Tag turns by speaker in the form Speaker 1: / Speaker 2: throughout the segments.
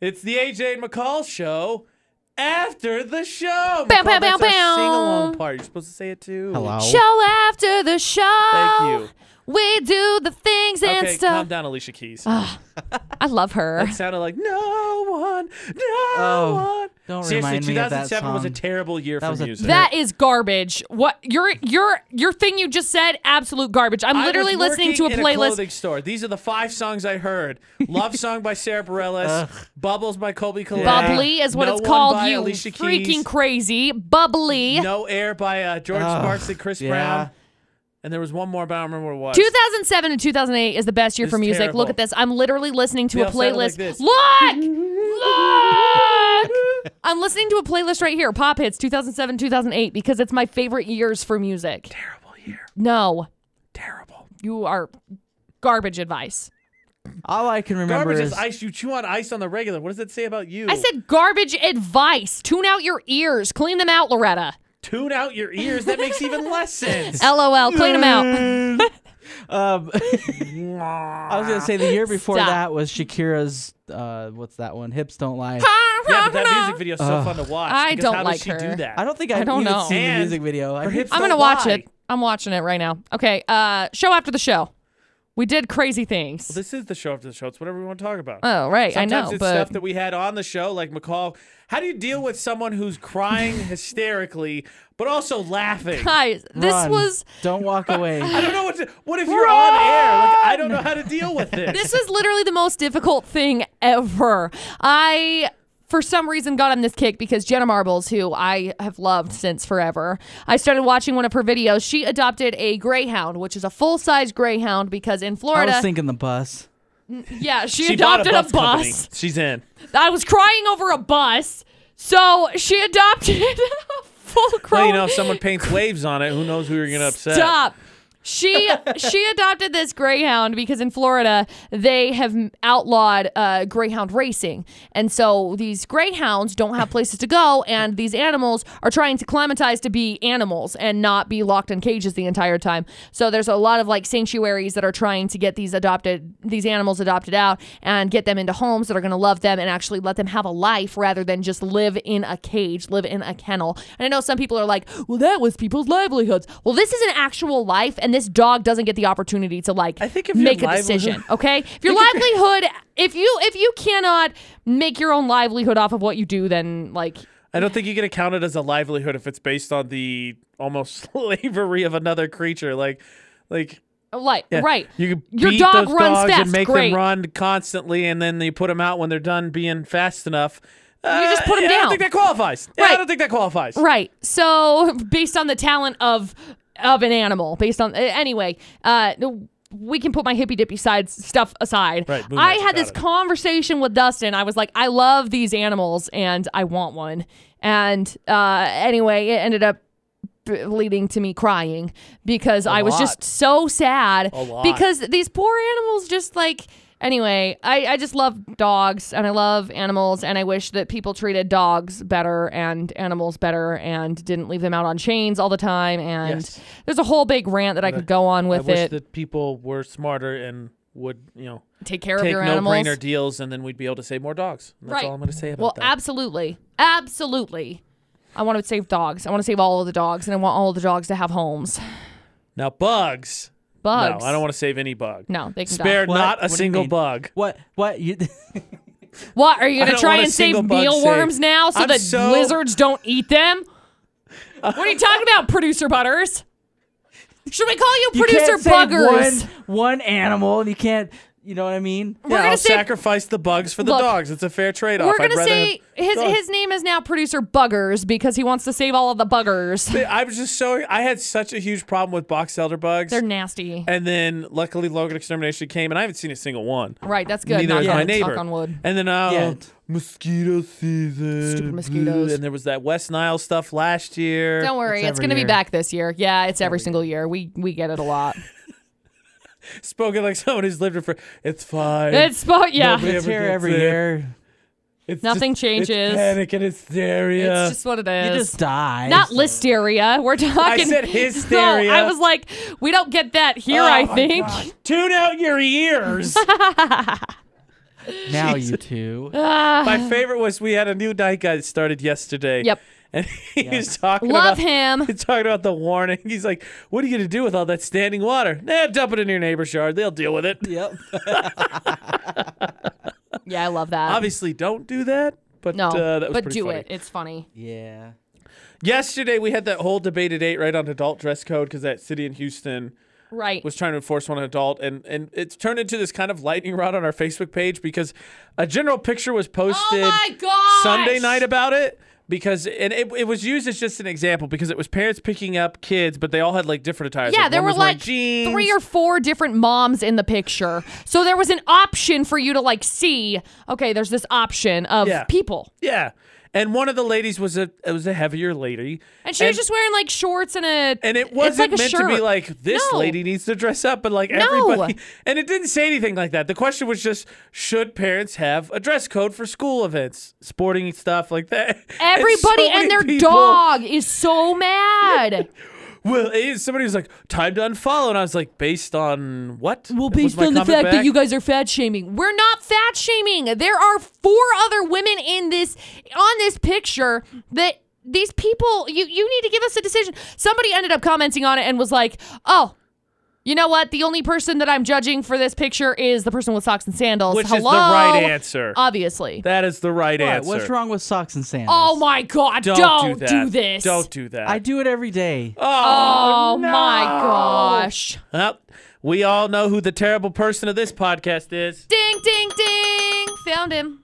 Speaker 1: It's the AJ and McCall show after the show. McCall,
Speaker 2: Bam, bam, bam,
Speaker 1: that's our
Speaker 2: bam.
Speaker 1: sing-along part. You're supposed to say it too.
Speaker 3: Hello.
Speaker 2: Show after the show.
Speaker 1: Oh. Thank you.
Speaker 2: We do the things and
Speaker 1: okay, calm
Speaker 2: stuff.
Speaker 1: down, Alicia Keys.
Speaker 2: I love her.
Speaker 1: It sounded like no one, no
Speaker 3: Oh,
Speaker 1: one.
Speaker 3: don't
Speaker 1: Seriously,
Speaker 3: remind me of that
Speaker 1: 2007 was a
Speaker 3: song.
Speaker 1: terrible year
Speaker 3: That
Speaker 1: for
Speaker 3: was a
Speaker 1: music.
Speaker 2: That is garbage. What your your your thing you just said? Absolute garbage. I'm
Speaker 1: I was
Speaker 2: literally listening to a
Speaker 1: working in A
Speaker 2: playlist.
Speaker 1: clothing store. These are the five songs I heard: "Love Song" by Sarah Bareilles, "Bubbles" by Colby Collette,
Speaker 2: Bubbly is what
Speaker 1: "No
Speaker 2: it's
Speaker 1: One"
Speaker 2: called.
Speaker 1: by
Speaker 2: You
Speaker 1: Alicia
Speaker 2: freaking
Speaker 1: Keys,
Speaker 2: crazy. Bubbly.
Speaker 1: "No Air" by uh, George
Speaker 3: Ugh,
Speaker 1: Sparks and Chris
Speaker 3: yeah.
Speaker 1: Brown, and there was one more, but I don't remember what it was.
Speaker 2: 2007 and 2008 is the best year
Speaker 1: It's
Speaker 2: for music.
Speaker 1: terrible.
Speaker 2: Look at this. I'm literally listening to
Speaker 1: They
Speaker 2: a
Speaker 1: all sounded like
Speaker 2: playlist.
Speaker 1: this.
Speaker 2: Look! Look! I'm listening to a playlist right here. Pop hits 2007, 2008 because it's my favorite years for music.
Speaker 1: terrible year,
Speaker 2: No,
Speaker 1: terrible.
Speaker 2: you are garbage advice.
Speaker 3: All I can remember
Speaker 1: Garbage
Speaker 3: is
Speaker 1: is ice. You chew on ice on the regular. What does it say about you?
Speaker 2: I said garbage advice. Tune out your ears. Clean them out, Loretta.
Speaker 1: tune out your ears. That makes even less sense.
Speaker 2: LOL. Clean them
Speaker 1: Mm.
Speaker 2: out.
Speaker 3: um, I was gonna say the year before
Speaker 2: Stop.
Speaker 3: that was Shakira's. Uh, what's that one? Hips don't lie.
Speaker 1: yeah, but that music video is so
Speaker 3: Ugh.
Speaker 1: fun to watch.
Speaker 2: I
Speaker 1: because
Speaker 2: don't
Speaker 1: how
Speaker 2: like
Speaker 1: does she
Speaker 2: her.
Speaker 1: do that?
Speaker 3: I don't think I've
Speaker 2: don't
Speaker 3: even
Speaker 2: know.
Speaker 3: seen
Speaker 1: And
Speaker 3: the music video. I,
Speaker 1: her hips
Speaker 2: I'm
Speaker 1: don't
Speaker 2: gonna watch
Speaker 1: lie.
Speaker 2: it. I'm watching it right now. Okay. Uh, show after the show. We did crazy things.
Speaker 1: This is the show after the show. It's whatever we want to talk about.
Speaker 2: oh right,
Speaker 1: Sometimes
Speaker 2: I know.
Speaker 1: it's
Speaker 2: but
Speaker 1: stuff that we had on the show, like McCall. How do you deal with someone who's crying hysterically but also laughing?
Speaker 2: guys, this
Speaker 3: Run.
Speaker 2: was
Speaker 3: Don't walk away.
Speaker 1: I don't know what. To, what if you're on air? Like I don't know how to deal with this.
Speaker 2: this was literally the most difficult thing ever. I for some reason got on this kick because Jenna Marbles, who I have loved since forever, I started watching one of her videos. She adopted a greyhound, which is a full size greyhound because in
Speaker 3: I was
Speaker 2: Florida,
Speaker 3: thinking the bus.
Speaker 2: yeah, she,
Speaker 1: she bought
Speaker 2: adopted
Speaker 1: a bus. company.
Speaker 2: bus.
Speaker 1: She's in.
Speaker 2: I was crying over a bus, so she adopted a full grown.
Speaker 1: Well, you know, if someone paints waves on it, who knows who you're gonna upset?
Speaker 2: Stop. She she adopted this greyhound because in Florida they have outlawed uh, greyhound racing, and so these greyhounds don't have places to go, and these animals are trying to climatize to be animals and not be locked in cages the entire time. So there's a lot of like sanctuaries that are trying to get these adopted these animals adopted out and get them into homes that are going to love them and actually let them have a life rather than just live in a cage, live in a kennel. And I know some people are like, well, that was people's livelihoods. Well, this is an actual life, and this dog doesn't get the opportunity to like
Speaker 1: I think if your
Speaker 2: make a
Speaker 1: livelihood-
Speaker 2: decision. Okay, if your livelihood, if you if you cannot make your own livelihood off of what you do, then like
Speaker 1: I don't think you get accounted as a livelihood if it's based on the almost slavery of another creature. Like, like
Speaker 2: like right.
Speaker 1: You can
Speaker 2: Your
Speaker 1: beat
Speaker 2: dog
Speaker 1: those
Speaker 2: runs
Speaker 1: dogs
Speaker 2: fast.
Speaker 1: and make
Speaker 2: Great.
Speaker 1: them run constantly, and then you put them out when they're done being fast enough. Uh,
Speaker 2: just put 'em
Speaker 1: yeah, I
Speaker 2: down.
Speaker 1: don't think that qualifies. Yeah, I
Speaker 2: Right.
Speaker 1: don't think that qualifies.
Speaker 2: Right. So based on the talent of of an animal, based on uh, anyway, uh, we can put my hippy dippy side stuff aside.
Speaker 1: Right, moon
Speaker 2: I
Speaker 1: magic,
Speaker 2: had
Speaker 1: got
Speaker 2: this
Speaker 1: it.
Speaker 2: conversation with Dustin. I was like, I love these animals and I want one. And uh, anyway, it ended up b- leading to me crying because I was
Speaker 1: lot.
Speaker 2: just so sad
Speaker 1: A lot.
Speaker 2: because these poor animals just like anyway I, I just love dogs and i love animals and i wish that people treated dogs better and animals better and didn't leave them out on chains all the time and
Speaker 1: Yes.
Speaker 2: there's a whole big rant that i could go on
Speaker 1: I
Speaker 2: with
Speaker 1: wish
Speaker 2: it
Speaker 1: that people were smarter and would, you know,
Speaker 2: take care of
Speaker 1: take
Speaker 2: your animals
Speaker 1: no-brainer deals, and then we'd be able to save more dogs. And That's
Speaker 2: Right.
Speaker 1: all I'm going to say about
Speaker 2: well
Speaker 1: that.
Speaker 2: absolutely absolutely i want to save dogs i want to save all of the dogs and i want all of the dogs to have homes
Speaker 1: now, bugs.
Speaker 2: bugs
Speaker 1: No, I don't want to save any bug.
Speaker 2: no they can die.
Speaker 1: Spare
Speaker 3: What?
Speaker 1: not a
Speaker 3: What do you
Speaker 1: single
Speaker 3: mean?
Speaker 1: bug.
Speaker 3: What? What? You,
Speaker 2: what are you
Speaker 1: I
Speaker 2: gonna
Speaker 1: don't
Speaker 2: try
Speaker 1: want a
Speaker 2: and save
Speaker 1: single bug
Speaker 2: mealworms
Speaker 1: saved.
Speaker 2: now so
Speaker 1: I'm
Speaker 2: that
Speaker 1: so-
Speaker 2: lizards don't eat them what are you talking about producer butters should we call you
Speaker 3: you
Speaker 2: producer
Speaker 3: can't save
Speaker 2: buggers
Speaker 3: One, one animal, and you can't. You know what I mean?
Speaker 2: We're
Speaker 1: yeah,
Speaker 2: gonna
Speaker 1: I'll
Speaker 2: save-
Speaker 1: sacrifice the bugs for the
Speaker 2: Look,
Speaker 1: dogs. It's a fair trade-off.
Speaker 2: We're
Speaker 1: I'd
Speaker 2: gonna
Speaker 1: rather
Speaker 2: say
Speaker 1: have
Speaker 2: his
Speaker 1: dogs.
Speaker 2: his name is now producer Buggers because he wants to save all of the buggers.
Speaker 1: I was just so I had such a huge problem with box elder bugs.
Speaker 2: They're nasty.
Speaker 1: And then luckily Logan Extermination came, and I haven't seen a single one.
Speaker 2: Right, that's good.
Speaker 1: Neither
Speaker 2: Knock
Speaker 1: has
Speaker 2: on
Speaker 1: my
Speaker 2: wood, knock
Speaker 1: neighbor.
Speaker 2: on wood.
Speaker 1: And then uh,
Speaker 3: Yet.
Speaker 1: mosquito season.
Speaker 2: Stupid
Speaker 1: bleh,
Speaker 2: mosquitoes.
Speaker 1: And there was that West Nile stuff last year.
Speaker 2: Don't worry,
Speaker 3: It's
Speaker 2: it's,
Speaker 3: every
Speaker 2: gonna be
Speaker 3: year.
Speaker 2: back this year. Yeah, it's every single year. We we get it a lot.
Speaker 1: Spoken like someone who's lived it for. It's fine.
Speaker 2: it's but yeah,
Speaker 1: Nobody-
Speaker 3: It's
Speaker 1: ever
Speaker 3: here
Speaker 1: gets
Speaker 3: every
Speaker 1: it.
Speaker 3: year.
Speaker 1: It's
Speaker 2: nothing
Speaker 1: just-
Speaker 2: changes.
Speaker 1: It's panic and hysteria.
Speaker 2: it's just what it
Speaker 3: You
Speaker 2: is.
Speaker 3: just die.
Speaker 2: not listeria. We're talking.
Speaker 1: said hysteria.
Speaker 2: No, I was like, we don't get that here.
Speaker 1: Oh
Speaker 2: I
Speaker 1: my
Speaker 2: think.
Speaker 1: God. Tune out your ears.
Speaker 3: Now you two.
Speaker 1: My favorite was we had a new night guy that started yesterday.
Speaker 2: Yep.
Speaker 1: And he was talking about
Speaker 2: Love him.
Speaker 1: He's talking about the warning. He's like, "What are you gonna do with all that standing water? Nah, dump it in your neighbor's yard. They'll deal with it."
Speaker 3: Yep.
Speaker 2: Yeah, I love that.
Speaker 1: Obviously, don't do that. But
Speaker 2: no,
Speaker 1: uh, that was
Speaker 2: but
Speaker 1: pretty
Speaker 2: do
Speaker 1: funny.
Speaker 2: it. It's funny.
Speaker 3: Yeah.
Speaker 1: Yesterday, we had that whole debate at eight right on adult dress code because that city in Houston
Speaker 2: Right.
Speaker 1: was trying to enforce one on adult, and and it's turned into this kind of lightning rod on our Facebook page because a general picture
Speaker 2: Oh
Speaker 1: was posted.
Speaker 2: god.
Speaker 1: Sunday night about it because and it, it was used as just an example because it was parents picking up kids, but they all had like different attires.
Speaker 2: Yeah, there
Speaker 1: one
Speaker 2: were
Speaker 1: was wearing
Speaker 2: like
Speaker 1: jeans.
Speaker 2: three or four different moms in the picture. So there was an option for you to like see, okay, there's this option of
Speaker 1: Yeah.
Speaker 2: people.
Speaker 1: yeah, and one of the ladies was a it was a heavier lady,
Speaker 2: And she was just wearing like shorts and a
Speaker 1: and it
Speaker 2: it's
Speaker 1: wasn't
Speaker 2: like a
Speaker 1: meant
Speaker 2: shirt.
Speaker 1: to be like this
Speaker 2: No.
Speaker 1: lady needs to dress up, but like
Speaker 2: No.
Speaker 1: everybody, and it didn't say anything like that. The question was just should parents have a dress code for school events, sporting stuff like that.
Speaker 2: everybody
Speaker 1: and
Speaker 2: and,
Speaker 1: so many
Speaker 2: their
Speaker 1: people-
Speaker 2: dog is so mad.
Speaker 1: Well, it is- somebody was like, "Time to unfollow," and I was like, "Based on what?"
Speaker 2: Well,
Speaker 1: Was
Speaker 2: based
Speaker 1: my
Speaker 2: on the
Speaker 1: comment
Speaker 2: fact that
Speaker 1: back?
Speaker 2: you guys are fat shaming, we're not fat shaming. There are four other women in this on this picture that these people. You you need to give us a decision. Somebody ended up commenting on it and was like, "Oh, you know what? The only person that I'm judging for this picture is the person with socks and sandals.
Speaker 1: Which is the
Speaker 2: Hello,
Speaker 1: right answer.
Speaker 2: obviously.
Speaker 1: That is the right
Speaker 3: All right,
Speaker 1: answer.
Speaker 3: what's wrong with socks and sandals?
Speaker 2: oh my god! Don't,
Speaker 1: Don't, do,
Speaker 2: do,
Speaker 1: that.
Speaker 2: this.
Speaker 1: Don't do that.
Speaker 3: I do it every day.
Speaker 2: Oh,
Speaker 1: no.
Speaker 2: my gosh!
Speaker 1: Well, we all know who the terrible person of this podcast is.
Speaker 2: Ding ding ding! Found him.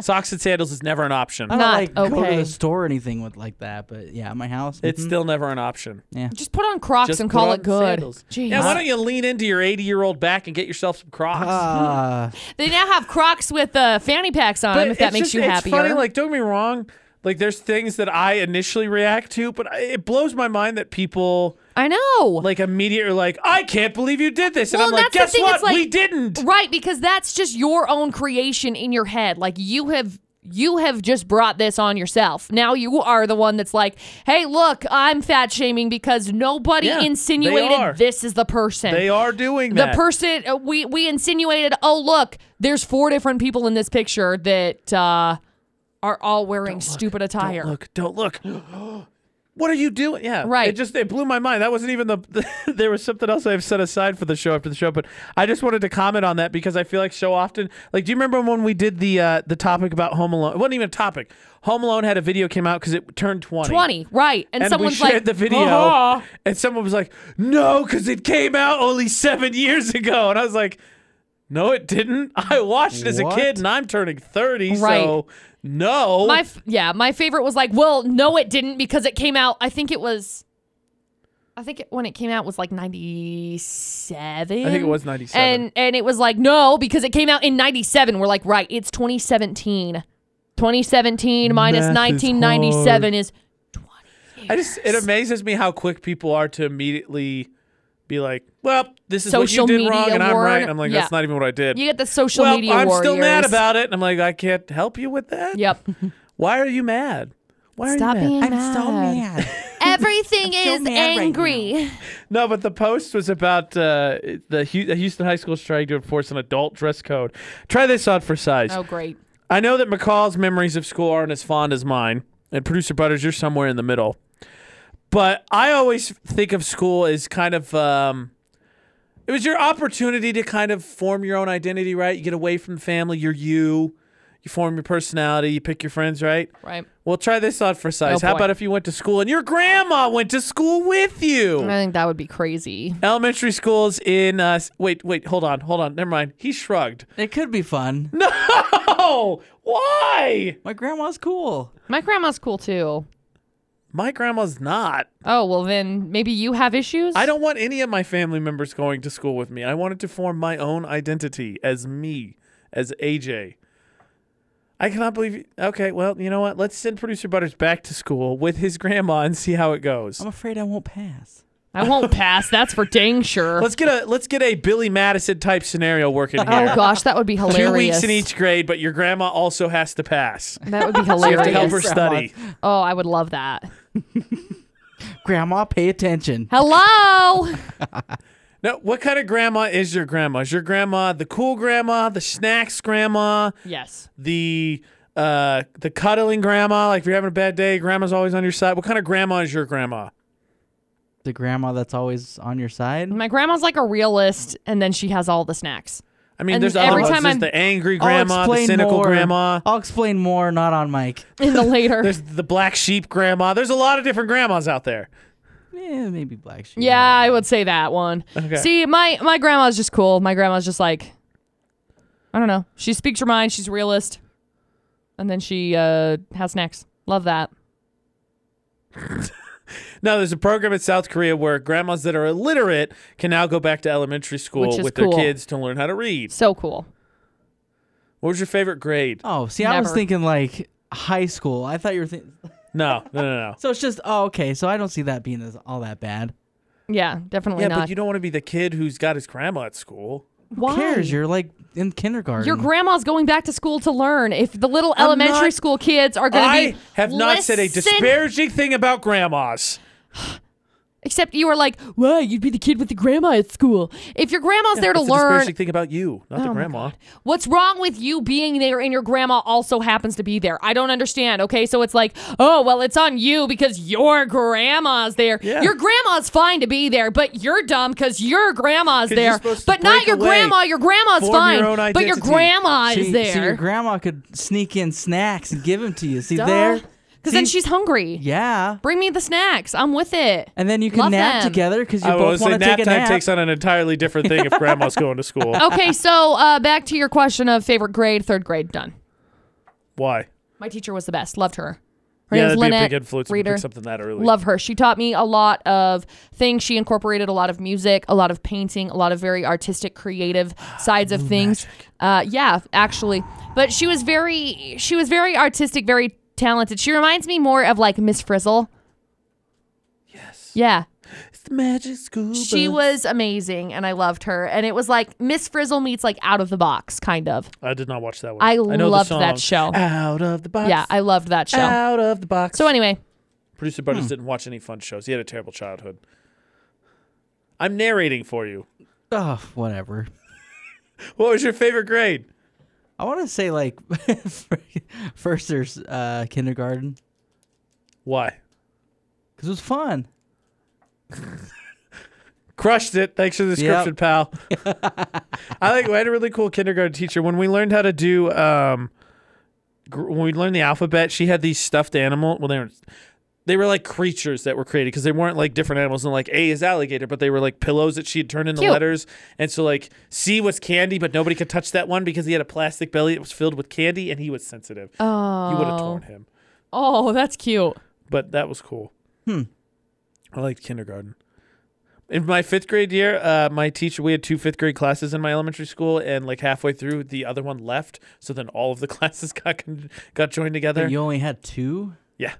Speaker 1: Socks and sandals is never an option.
Speaker 3: I don't
Speaker 2: Not
Speaker 3: like go to
Speaker 2: okay.
Speaker 3: the store or anything with like that, but yeah, my house.
Speaker 1: It's
Speaker 3: mhm.
Speaker 1: still never an option.
Speaker 2: Just put on Crocs
Speaker 1: Just
Speaker 2: and
Speaker 1: put
Speaker 2: call
Speaker 1: on
Speaker 2: it good.
Speaker 1: sandals.
Speaker 2: Jeez.
Speaker 1: Yeah, why don't you lean into your 80 year old back and get yourself some Crocs?
Speaker 2: Uh,
Speaker 3: Ah,
Speaker 2: They now have Crocs with uh, fanny packs on
Speaker 1: But
Speaker 2: them. If that
Speaker 1: it's
Speaker 2: makes
Speaker 1: just-
Speaker 2: you
Speaker 1: it's
Speaker 2: happier.
Speaker 1: funny. Like, don't get me wrong. Like, there's things that I initially react to, but I, it blows my mind that people
Speaker 2: I know,
Speaker 1: like immediately are like, "I can't believe you did this," and
Speaker 2: Well,
Speaker 1: I'm like,
Speaker 2: that's the
Speaker 1: "Guess
Speaker 2: thing,
Speaker 1: what?
Speaker 2: it's like-
Speaker 1: we didn't."
Speaker 2: right? Because that's just your own creation in your head. Like you have. You have just brought this on yourself. Now you are the one that's like, "Hey, look, I'm fat shaming because nobody
Speaker 1: Yeah, they are.
Speaker 2: insinuated this is the person.
Speaker 1: They are doing
Speaker 2: the
Speaker 1: that.
Speaker 2: person uh, we we insinuated. Oh, look, there's four different people in this picture that uh, are all wearing stupid attire.
Speaker 1: Look, don't look. What are you doing? Yeah,
Speaker 2: Right.
Speaker 1: It just it blew my mind. That wasn't even the. there was something else I've set aside for the show after the show, but I just wanted to comment on that because I feel like so often, like, do you remember when we did the uh, the topic about Home Alone? It wasn't even a topic. Home Alone had a video came out because it turned twenty.
Speaker 2: Twenty, right? And,
Speaker 1: And
Speaker 2: someone's
Speaker 1: we shared
Speaker 2: like,
Speaker 1: the video,
Speaker 2: "Uh-huh."
Speaker 1: and someone was like, "No, because it came out only seven years ago," and I was like. No, it didn't. I watched it as a
Speaker 3: What?
Speaker 1: kid, and I'm turning thirty,
Speaker 2: Right.
Speaker 1: so no.
Speaker 2: My f- yeah, my favorite was like, well, no, it didn't because it came out. I think it was, I think it, when it came out was like ninety seven.
Speaker 1: I think it was 97.
Speaker 2: And and it was like no because it came out in ninety seven. We're like right, it's twenty seventeen. 2017 minus
Speaker 1: Math is
Speaker 2: 1997 is
Speaker 1: I just it amazes me how quick people are to immediately be like, "Well, this is
Speaker 2: Social
Speaker 1: what you did
Speaker 2: media
Speaker 1: wrong, and I'm
Speaker 2: war-
Speaker 1: right." And I'm like,
Speaker 2: yeah.
Speaker 1: "That's not even what I did."
Speaker 2: you get the social
Speaker 1: well,
Speaker 2: media
Speaker 1: I'm
Speaker 2: warriors.
Speaker 1: still mad about it. And I'm like, "I can't help you with that."
Speaker 2: Yep.
Speaker 1: Why are you mad? Why
Speaker 2: Stop
Speaker 1: are you mad?
Speaker 2: being
Speaker 3: I'm
Speaker 2: mad.
Speaker 3: so mad.
Speaker 2: Everything
Speaker 3: so
Speaker 2: is
Speaker 3: mad right now.
Speaker 2: angry.
Speaker 1: No, but the post was about uh, the Hu- Houston high school trying to enforce an adult dress code. Try this on for size.
Speaker 2: oh great.
Speaker 1: I know that McCall's memories of school aren't as fond as mine, and producer Butters, you're somewhere in the middle. But I always think of school as kind of um, it was your opportunity to kind of form your own identity, right? You get away from family, you're you, you form your personality, you pick your friends, right?
Speaker 2: Right.
Speaker 1: Well, try this out for size.
Speaker 2: Oh,
Speaker 1: How
Speaker 2: boy.
Speaker 1: about if you went to school and your grandma went to school with you?
Speaker 2: I think that would be crazy.
Speaker 1: Elementary schools in uh, s- wait, wait, hold on, hold on, never mind. He shrugged.
Speaker 3: it could be fun.
Speaker 1: No, why?
Speaker 3: My grandma's cool.
Speaker 2: My grandma's cool too.
Speaker 1: My grandma's not.
Speaker 2: Oh, well, then maybe you have issues?
Speaker 1: I don't want any of my family members going to school with me. I wanted to form my own identity as me, as AJ. I cannot believe. You. Okay, well, you know what? Let's send producer Butters back to school with his grandma and see how it goes.
Speaker 3: I'm afraid I won't pass.
Speaker 2: I won't pass. That's for dang sure.
Speaker 1: Let's get a let's get a Billy Madison type scenario working
Speaker 2: oh,
Speaker 1: here.
Speaker 2: gosh, that would be hilarious.
Speaker 1: Two weeks in each grade, but your grandma also has to pass.
Speaker 2: That would be
Speaker 1: You have to help her
Speaker 2: hilarious.
Speaker 1: study.
Speaker 2: Oh, I would love that.
Speaker 3: Grandma, pay attention.
Speaker 2: Hello.
Speaker 1: No, what kind of grandma is your grandma? Is your grandma the cool grandma, the snacks grandma,
Speaker 2: Yes.
Speaker 1: the uh the cuddling grandma? Like if you're having a bad day, grandma's always on your side. What kind of grandma is your grandma?
Speaker 3: The grandma that's always on your side.
Speaker 2: My grandma's like a realist, and then she has all the snacks.
Speaker 1: I mean,
Speaker 2: And
Speaker 1: there's other
Speaker 2: every
Speaker 1: ones.
Speaker 2: time
Speaker 1: There's
Speaker 2: I'm-
Speaker 1: the angry
Speaker 3: I'll
Speaker 1: grandma, the
Speaker 3: explain
Speaker 1: cynical
Speaker 3: more.
Speaker 1: grandma.
Speaker 3: I'll explain more, not on mic.
Speaker 2: In the later.
Speaker 1: There's the black sheep grandma. There's a lot of different grandmas out there.
Speaker 3: Eh, maybe black sheep.
Speaker 2: yeah, I would say that one.
Speaker 1: Okay.
Speaker 2: See, my my grandma's just cool. My grandma's just like, I don't know. She speaks her mind. She's a realist, and then she uh, has snacks. Love that.
Speaker 1: No, there's a program in South Korea where grandmas that are illiterate can now go back to elementary
Speaker 2: Which
Speaker 1: school
Speaker 2: is
Speaker 1: with
Speaker 2: cool.
Speaker 1: their kids to learn how to read.
Speaker 2: So cool.
Speaker 1: What was your favorite grade?
Speaker 3: Oh, see, I was
Speaker 2: Never.
Speaker 3: thinking like high school. I thought you were thinking.
Speaker 1: No, no, no, no.
Speaker 3: So it's just oh, okay. So I don't see that being as all that bad.
Speaker 2: Yeah, definitely
Speaker 1: yeah,
Speaker 2: not.
Speaker 1: but you don't want to be the kid who's got his grandma at school.
Speaker 2: Why?
Speaker 3: Who cares? You're like in kindergarten.
Speaker 2: Your grandma's going back to school to learn. If the little
Speaker 1: I'm
Speaker 2: elementary
Speaker 1: not-
Speaker 2: school kids are going
Speaker 1: I
Speaker 2: to be,
Speaker 1: have not said a
Speaker 2: Listen-
Speaker 1: disparaging thing about grandmas.
Speaker 2: Except you are like, why? You'd be the kid with the grandma at school. If your grandma's there to
Speaker 1: That's a
Speaker 2: learn,
Speaker 1: disparaging thing about you, not the
Speaker 2: my
Speaker 1: grandma.
Speaker 2: What's wrong with you being there and your grandma also happens to be there? I don't understand. Okay, so it's like, oh, well, it's on you because your grandma's there.
Speaker 1: Yeah.
Speaker 2: Your grandma's fine to be there, but you're dumb because your grandma's
Speaker 1: 'Cause you're
Speaker 2: there.
Speaker 1: supposed to
Speaker 2: But not
Speaker 1: break
Speaker 2: your
Speaker 1: away,
Speaker 2: grandma. Your grandma's
Speaker 1: form
Speaker 2: fine,
Speaker 1: your own
Speaker 2: but your
Speaker 1: identity.
Speaker 2: grandma
Speaker 3: See-
Speaker 2: is
Speaker 3: See, your
Speaker 2: there.
Speaker 3: grandma could sneak in snacks and give them to you. See there?
Speaker 2: Because then
Speaker 3: See?
Speaker 2: she's hungry.
Speaker 3: Yeah.
Speaker 2: Bring me the snacks. I'm with it.
Speaker 3: And then you can
Speaker 2: Love
Speaker 3: nap
Speaker 2: them.
Speaker 3: together because you
Speaker 1: I
Speaker 3: both
Speaker 1: was
Speaker 3: want
Speaker 1: say
Speaker 3: to
Speaker 1: nap
Speaker 3: take a
Speaker 1: time
Speaker 3: nap.
Speaker 1: takes on an entirely different thing if grandma's going to school. Oh.
Speaker 2: okay, so uh, back to your question of favorite grade, third grade, done.
Speaker 1: Why?
Speaker 2: My teacher was the best. Loved her. Her
Speaker 1: yeah,
Speaker 2: name
Speaker 1: that'd be
Speaker 2: was
Speaker 1: a
Speaker 2: Lynette
Speaker 1: big influence if you
Speaker 2: Reeder.
Speaker 1: pick something that early.
Speaker 2: Love her. She taught me a lot of things. She incorporated a lot of music, a lot of painting, a lot of very artistic, creative sides of things. Uh, yeah, actually, but she was very she was very artistic, very talented. She reminds me more of like Miss Frizzle. Yes. Yeah.
Speaker 1: It's the magic school.
Speaker 2: She was amazing and I loved her. And it was like Miss Frizzle meets like out of the box, kind of.
Speaker 1: I did not watch that one.
Speaker 2: I
Speaker 1: know the
Speaker 2: loved that
Speaker 1: song.
Speaker 2: show.
Speaker 1: Out of the box.
Speaker 2: Yeah, I loved that show.
Speaker 1: out of the box.
Speaker 2: So anyway,
Speaker 1: Producer Butters didn't watch any fun shows. He had a terrible childhood. I'm narrating for you.
Speaker 3: Oh, whatever.
Speaker 1: What was your favorite grade?
Speaker 3: I want to say like first there's uh, kindergarten
Speaker 1: Why?
Speaker 3: because it was fun.
Speaker 1: Crushed it. Thanks for the description,
Speaker 3: Yep.
Speaker 1: pal. I like. We had a really cool kindergarten teacher when we learned how to do. Um, gr- when we learned the alphabet, she had these stuffed animal. Well, they were, they were like creatures that were created because they weren't like different animals. And like A is alligator, but they were like pillows that she had turned into
Speaker 2: Cute.
Speaker 1: letters. And so like C was candy, but nobody could touch that one because he had a plastic belly that was filled with candy, and he was sensitive.
Speaker 2: oh,
Speaker 1: You would have torn him.
Speaker 2: Oh, that's cute.
Speaker 1: but that was cool. Hmm. I liked kindergarten. In my fifth grade year, uh, my teacher, we had two fifth grade classes in my elementary school, and like halfway through, the other one left. So then all of the classes got con- got joined together.
Speaker 3: You only had two.
Speaker 1: yeah.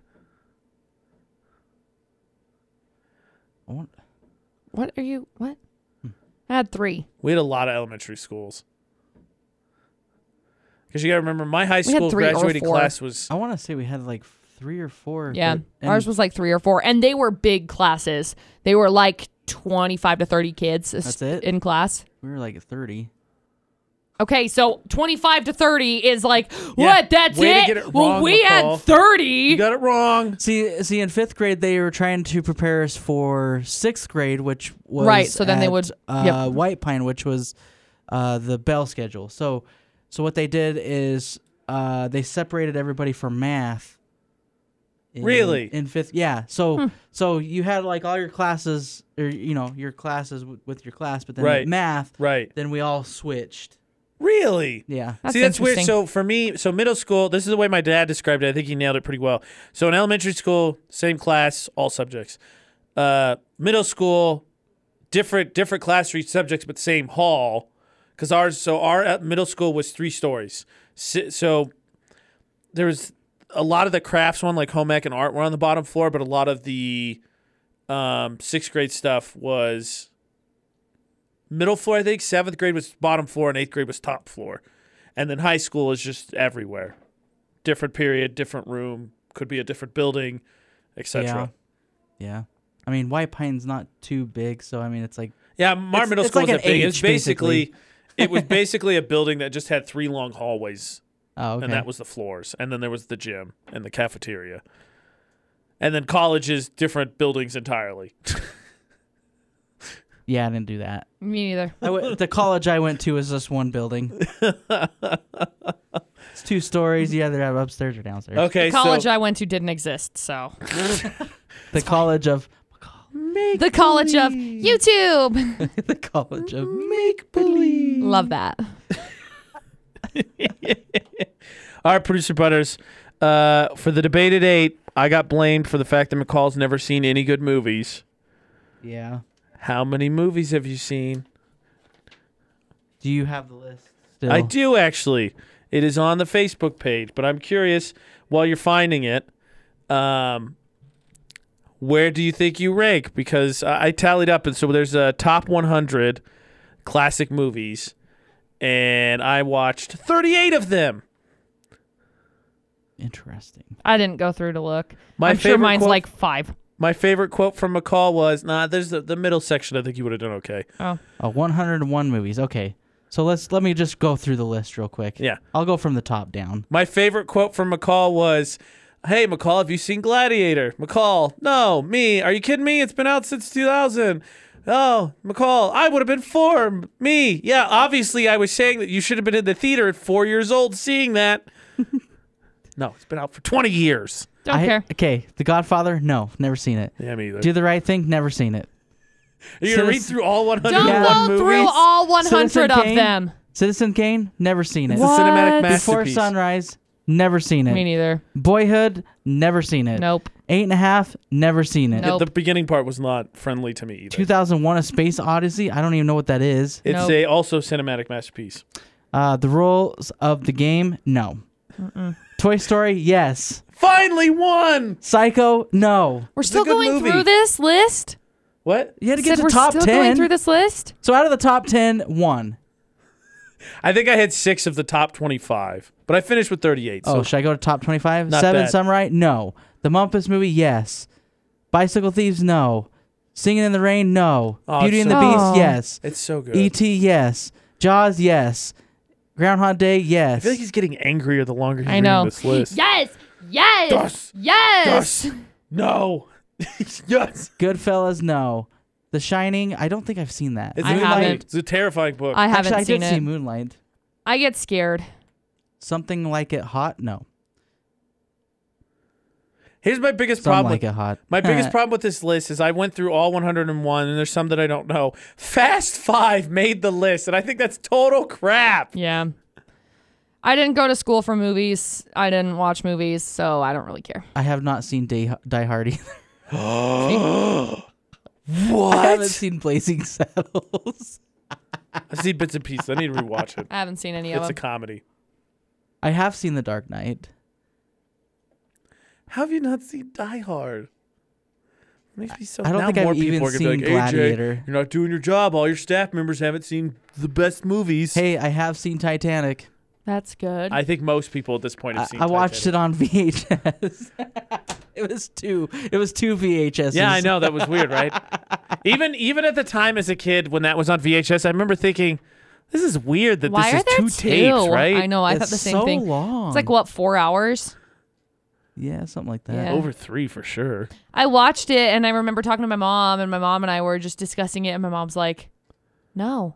Speaker 3: I want-
Speaker 2: What are you? What?
Speaker 1: Hmm.
Speaker 2: I had three.
Speaker 1: We had a lot of elementary schools. Because you got to remember, my high
Speaker 2: had
Speaker 1: school
Speaker 2: three or
Speaker 1: graduating
Speaker 2: four.
Speaker 1: class was.
Speaker 3: I want to say we had like three or four.
Speaker 2: Yeah.
Speaker 3: but- and
Speaker 2: Ours was like three or four. And they were big classes. They were like 25 to 30 kids s-
Speaker 3: That's it?
Speaker 2: in class.
Speaker 3: We were like thirty.
Speaker 2: Okay, so 25 to 30 is like, what? That's
Speaker 1: Way to
Speaker 2: it?
Speaker 1: get it
Speaker 2: well,
Speaker 1: wrong,
Speaker 2: we
Speaker 1: Nicole.
Speaker 2: had 30.
Speaker 1: You got it wrong.
Speaker 3: See, see, in fifth grade they were trying to prepare us for sixth grade, which was
Speaker 2: Right, so then they
Speaker 3: at,
Speaker 2: would- yep.
Speaker 3: uh, White Pine, which was uh, the bell schedule. So, so what they did is uh, they separated everybody for math. in-
Speaker 1: Really?
Speaker 3: In fifth, yeah. So,
Speaker 2: Hmm.
Speaker 3: so you had like all your classes, or you know, your classes w- with your class, but then
Speaker 1: Right.
Speaker 3: math.
Speaker 1: Right.
Speaker 3: Then we all switched.
Speaker 1: Really?
Speaker 3: Yeah.
Speaker 2: That's
Speaker 1: See, that's weird.
Speaker 2: interesting.
Speaker 1: So for me, so middle school, this is the way my dad described it. I think he nailed it pretty well. So in elementary school, same class, all subjects. Uh, middle school, different different class for each subjects, but same hall. Because ours, so our uh, middle school was three stories. Si- So there was a lot of the crafts one, like home ec and art, were on the bottom floor, but a lot of the um, sixth grade stuff was middle floor, I think. Seventh grade was bottom floor, and eighth grade was top floor. And then high school is just everywhere. Different period, different room, could be a different building, etc.
Speaker 3: Yeah. Yeah. I mean, White Pine's not too big, so I mean, it's like
Speaker 1: Yeah. Yeah, Mar
Speaker 3: It's-
Speaker 1: Middle
Speaker 3: it's
Speaker 1: School
Speaker 3: like
Speaker 1: was
Speaker 3: an
Speaker 1: that big. It
Speaker 3: H,
Speaker 1: was basically, it was basically a building that just had three long hallways,
Speaker 3: Oh, okay.
Speaker 1: and that was the floors, and then there was the gym and the cafeteria, and then college is different buildings entirely.
Speaker 3: yeah, I didn't do that.
Speaker 2: Me neither.
Speaker 3: I w- the college I went to is just one building. it's two stories. You either have upstairs or downstairs.
Speaker 1: Okay,
Speaker 2: the college
Speaker 1: so
Speaker 2: I went to didn't exist, so
Speaker 3: The college of
Speaker 2: the college of YouTube.
Speaker 3: the college of make believe.
Speaker 2: Love that.
Speaker 1: our producer Butters, uh, for the debate at eight, I got blamed for the fact that McCall's never seen any good movies.
Speaker 3: Yeah.
Speaker 1: How many movies have you seen?
Speaker 3: Do you have the list? Still?
Speaker 1: I do actually. It is on the Facebook page, but I'm curious while you're finding it, um, where do you think you rank? Because I, I tallied up, and so there's a top 100 classic movies, and I watched 38 of them.
Speaker 3: Interesting.
Speaker 2: I didn't go through to look.
Speaker 1: My
Speaker 2: I'm sure
Speaker 1: favorite
Speaker 2: mine's
Speaker 1: quote-
Speaker 2: like five.
Speaker 1: My favorite quote from McCall was, "Nah, there's the, the middle section. I think you would have done okay."
Speaker 2: Oh,
Speaker 3: Oh, 101 movies. Okay. So let's let me just go through the list real quick.
Speaker 1: Yeah.
Speaker 3: I'll go from the top down.
Speaker 1: My favorite quote from McCall was, Hey, McCall, have you seen Gladiator? McCall, no, me. Are you kidding me? It's been out since 2000. Oh, McCall, I would have been four. Me. Yeah, obviously, I was saying that you should have been in the theater at four years old seeing that. no, it's been out for 20 years.
Speaker 2: don't
Speaker 3: I-
Speaker 2: care.
Speaker 3: Okay. The Godfather? No, never seen it.
Speaker 1: Yeah, me either.
Speaker 3: Do the right thing? Never seen it.
Speaker 1: Are you going to read
Speaker 3: Citizen-
Speaker 1: through all 100
Speaker 2: Don't
Speaker 3: Yeah.
Speaker 2: go through
Speaker 1: movies?
Speaker 2: all 100
Speaker 3: Citizen
Speaker 2: of
Speaker 3: Kane?
Speaker 2: them.
Speaker 3: Citizen Kane? Never seen it.
Speaker 1: It's a cinematic
Speaker 2: What?
Speaker 1: masterpiece.
Speaker 3: Before Sunrise? Never seen it.
Speaker 2: Me neither.
Speaker 3: Boyhood? Never seen it.
Speaker 2: Nope.
Speaker 3: Eight and a half? Never seen it.
Speaker 2: Nope.
Speaker 1: The beginning part was not friendly to me either.
Speaker 3: 2001 A Space Odyssey? I don't even know what that is.
Speaker 1: it's
Speaker 2: Nope.
Speaker 1: a also cinematic masterpiece.
Speaker 3: Uh, the rules of the game? No. Toy Story? Yes.
Speaker 1: Finally won.
Speaker 3: Psycho? No.
Speaker 2: We're
Speaker 1: a
Speaker 2: still
Speaker 1: good
Speaker 2: going
Speaker 1: movie.
Speaker 2: through this list.
Speaker 1: What?
Speaker 3: You had to get
Speaker 2: Said
Speaker 3: to
Speaker 2: we're
Speaker 3: top
Speaker 2: still
Speaker 3: 10.
Speaker 2: going through this list.
Speaker 3: So out of the top 10, one.
Speaker 1: I think I had six of the top 25, but I finished with 38. So
Speaker 3: Oh, should I go to top 25?
Speaker 1: Not
Speaker 3: Seven
Speaker 1: bad.
Speaker 3: Samurai? No. The Mumpus movie? Yes. Bicycle Thieves? No. Singing in the Rain? No.
Speaker 1: Oh,
Speaker 3: Beauty
Speaker 1: it's
Speaker 3: and the
Speaker 2: so
Speaker 3: Beast?
Speaker 2: good.
Speaker 3: Yes.
Speaker 1: it's so good. I
Speaker 3: E.T.? Yes. Jaws? Yes. Groundhog Day? Yes.
Speaker 1: feel like he's getting angrier the longer he's
Speaker 2: I
Speaker 1: reading
Speaker 2: know.
Speaker 1: this list.
Speaker 2: Yes. Yes.
Speaker 1: Yes.
Speaker 2: Yes.
Speaker 1: Yes. No. yes.
Speaker 3: Goodfellas? No. The Shining? I don't think I've seen that.
Speaker 1: It's
Speaker 2: I
Speaker 1: Moonlight.
Speaker 2: haven't.
Speaker 1: It's a terrifying book.
Speaker 2: I haven't
Speaker 3: Actually, I
Speaker 2: seen
Speaker 3: did
Speaker 2: it.
Speaker 3: see Moonlight.
Speaker 2: I get scared.
Speaker 3: Something like it hot? No.
Speaker 1: Here's my biggest
Speaker 3: Something
Speaker 1: problem.
Speaker 3: like it hot.
Speaker 1: my biggest problem with this list is I went through all 101, and there's some that I don't know. Fast Five made the list, and I think that's total crap.
Speaker 2: Yeah. I didn't go to school for movies. I didn't watch movies, so I don't really care.
Speaker 3: I have not seen Day, Die Hard either. I haven't
Speaker 1: What?
Speaker 3: seen Blazing Saddles.
Speaker 1: I've seen bits and pieces. I need to rewatch it.
Speaker 2: I haven't seen any of
Speaker 1: It's a
Speaker 2: them.
Speaker 1: comedy.
Speaker 3: I have seen The Dark Knight.
Speaker 1: How have you not seen Die Hard? Makes me so.
Speaker 3: I don't
Speaker 1: now
Speaker 3: think I've
Speaker 1: more people
Speaker 3: even
Speaker 1: are gonna
Speaker 3: seen
Speaker 1: be like, AJ,
Speaker 3: Gladiator."
Speaker 1: you're not doing your job. All your staff members haven't seen the best movies.
Speaker 3: Hey, I have seen Titanic.
Speaker 2: That's good.
Speaker 1: I think most people at this point
Speaker 3: I,
Speaker 1: have seen.
Speaker 3: I watched it on VHS. it was two. It was two VHSs.
Speaker 1: Yeah, I know that was weird, right? even even at the time as a kid when that was on VHS, I remember thinking, "This is weird that
Speaker 2: Why
Speaker 1: this
Speaker 2: are
Speaker 1: is
Speaker 2: there
Speaker 1: two, tapes, right?
Speaker 2: I know. I
Speaker 3: It's
Speaker 2: thought the same
Speaker 3: so
Speaker 2: thing.
Speaker 3: long.
Speaker 2: It's like what four hours.
Speaker 3: Yeah, something like that.
Speaker 2: Yeah.
Speaker 1: Over three for sure.
Speaker 2: I watched it, and I remember talking to my mom, and my mom and I were just discussing it, and my mom's like, "No,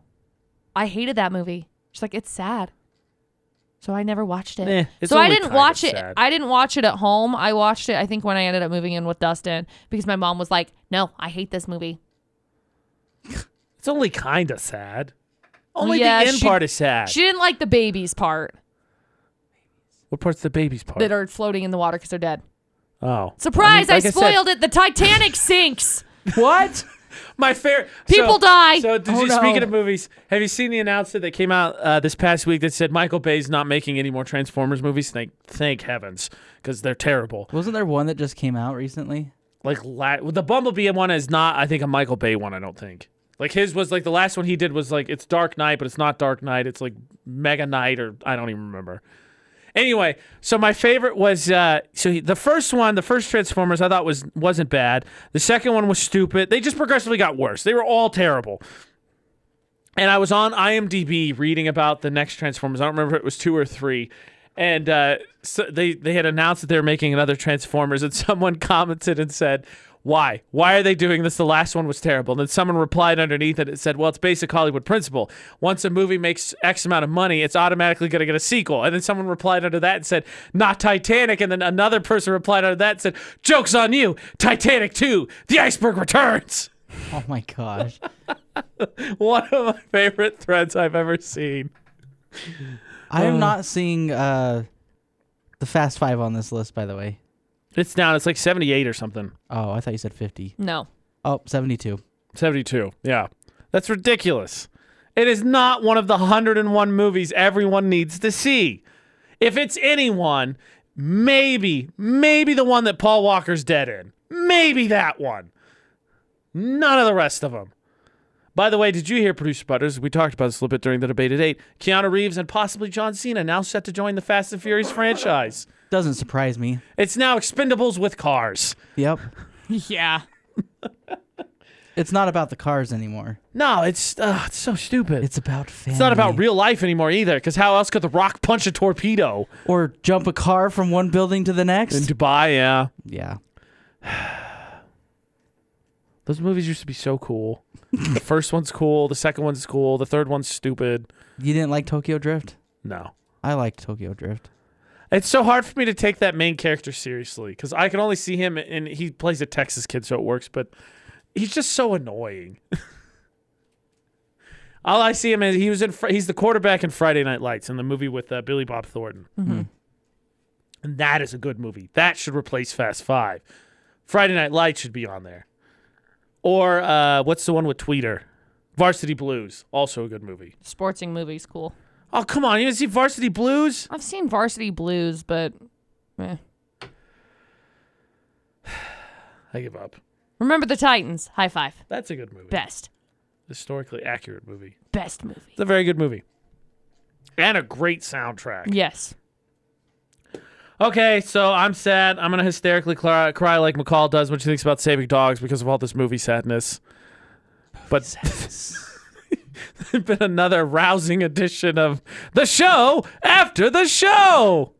Speaker 2: I hated that movie." She's like, "It's sad." So I never watched it.
Speaker 1: Eh, it's
Speaker 2: so I
Speaker 1: only
Speaker 2: didn't
Speaker 1: kind
Speaker 2: watch
Speaker 1: of
Speaker 2: it.
Speaker 1: sad.
Speaker 2: I didn't watch it at home. I watched it. I think when I ended up moving in with Dustin, because my mom was like, "No, I hate this movie."
Speaker 1: It's only kind of sad. Only
Speaker 2: yeah,
Speaker 1: the end
Speaker 2: she-
Speaker 1: part is sad.
Speaker 2: She didn't like the babies part
Speaker 1: what part's the baby's part?
Speaker 2: that are floating in the water because they're dead.
Speaker 1: oh,
Speaker 2: Surprise! I,
Speaker 1: mean, like said,
Speaker 2: spoiled it. The Titanic sinks.
Speaker 3: What?
Speaker 1: My favorite so-
Speaker 2: People die.
Speaker 1: So, did
Speaker 3: Oh,
Speaker 1: you
Speaker 3: no.
Speaker 1: speaking of movies? Have you seen the announcement that came out uh, this past week that said Michael Bay's not making any more Transformers movies? Thank, thank heavens, because they're terrible.
Speaker 3: Wasn't there one that just came out recently?
Speaker 1: Like la- well, the Bumblebee one is not, I think, a Michael Bay one. I don't think. Like his was like the last one he did was like it's Dark Knight, but it's not Dark Knight. It's like Mega Knight, or I don't even remember. Anyway, so my favorite was uh, so he, the first one, the first Transformers, I thought was wasn't bad. The second one was stupid. They just progressively got worse. They were all terrible. and I was on IMDb reading about the next Transformers. I don't remember if it was two or three. And uh, so they they had announced that they were making another Transformers, and someone commented and said, "Why? Why are they doing this? The last one was terrible." And then someone replied underneath it and said, "Well, it's basic Hollywood principle. Once a movie makes X amount of money, it's automatically going to get a sequel." And then someone replied under that and said, "Not Titanic." And then another person replied under that and said, "Jokes on you, Titanic Two: The Iceberg Returns."
Speaker 3: Oh my gosh.
Speaker 1: One of my favorite threads I've ever seen.
Speaker 3: I am not seeing uh, the Fast Five on this list, by the way.
Speaker 1: It's down. It's like 78 or something.
Speaker 3: Oh, I thought you said 50.
Speaker 2: No.
Speaker 3: Oh, 72.
Speaker 1: 72. Yeah. That's ridiculous. It is not one of the 101 movies everyone needs to see. If it's anyone, maybe, maybe the one that Paul Walker's dead in. Maybe that one. None of the rest of them. By the way, did you hear, producer Butters? We talked about this a little bit during the debate at 8. Keanu Reeves and possibly John Cena now set to join the Fast and Furious franchise.
Speaker 3: Doesn't surprise me.
Speaker 1: It's now Expendables with cars.
Speaker 3: Yep.
Speaker 2: Yeah.
Speaker 3: It's not about the cars anymore.
Speaker 1: No, it's, uh, it's so stupid.
Speaker 3: It's about family.
Speaker 1: It's not about real life anymore either, because how else could The Rock punch a torpedo?
Speaker 3: Or jump a car from one building to the
Speaker 1: In
Speaker 3: next.
Speaker 1: Dubai, yeah.
Speaker 3: yeah.
Speaker 1: Those movies used to be so cool. the first one's cool, the second one's cool, the third one's stupid.
Speaker 3: You didn't like Tokyo Drift?
Speaker 1: No.
Speaker 3: I liked Tokyo Drift.
Speaker 1: It's so hard for me to take that main character seriously, because I can only see him, and he plays a Texas kid, so it works, but he's just so annoying. All I see him is he was in. Fr- He's the quarterback in Friday Night Lights in the movie with uh, Billy Bob Thornton, and that is a good movie. That should replace Fast Five. Friday Night Lights should be on there, or uh, what's the one with Tweeter? Varsity Blues, also a good movie.
Speaker 2: Sportsing movies, cool.
Speaker 1: Oh come on, you didn't see Varsity Blues?
Speaker 2: I've seen Varsity Blues, but eh.
Speaker 1: I give up.
Speaker 2: remember the Titans. High five.
Speaker 1: That's a good movie.
Speaker 2: Best.
Speaker 1: Historically accurate movie.
Speaker 2: Best movie.
Speaker 1: It's a very good movie, and a great soundtrack.
Speaker 2: Yes.
Speaker 1: Okay, so I'm sad. I'm gonna hysterically cry, cry like McCall does when she thinks about saving dogs because of all this movie sadness. But there's been another rousing edition of the show after the show.